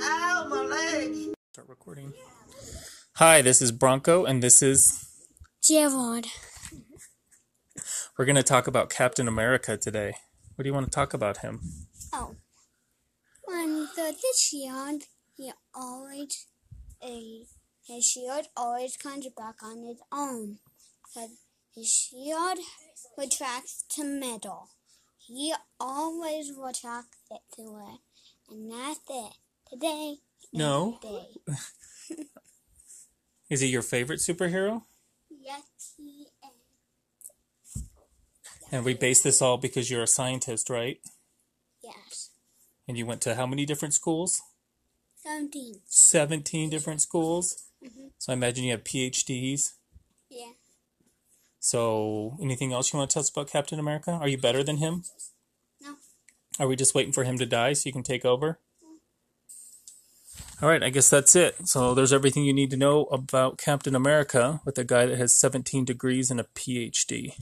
Oh, my legs. Start recording. Hi, this is Bronco, and this is. Gerard. We're going to talk about Captain America today. What do you want to talk about him? Oh. Um, When the, the shield, he always, eh, his shield always comes back on its own. But his shield retracts to metal. He always retracts it to it. And that's it. Today, No. day. Is he your favorite superhero? Yes, he is. And we base this all because you're a scientist, right? Yes. And you went to how many different schools? 17. 17 different schools. So I imagine you have PhDs. Yeah. So anything else you want to tell us about Captain America? Are you better than him? No. Are we just waiting for him to die so you can take over? All right, I guess that's it. So there's everything you need to know about Captain America with a guy that has 17 degrees and a PhD.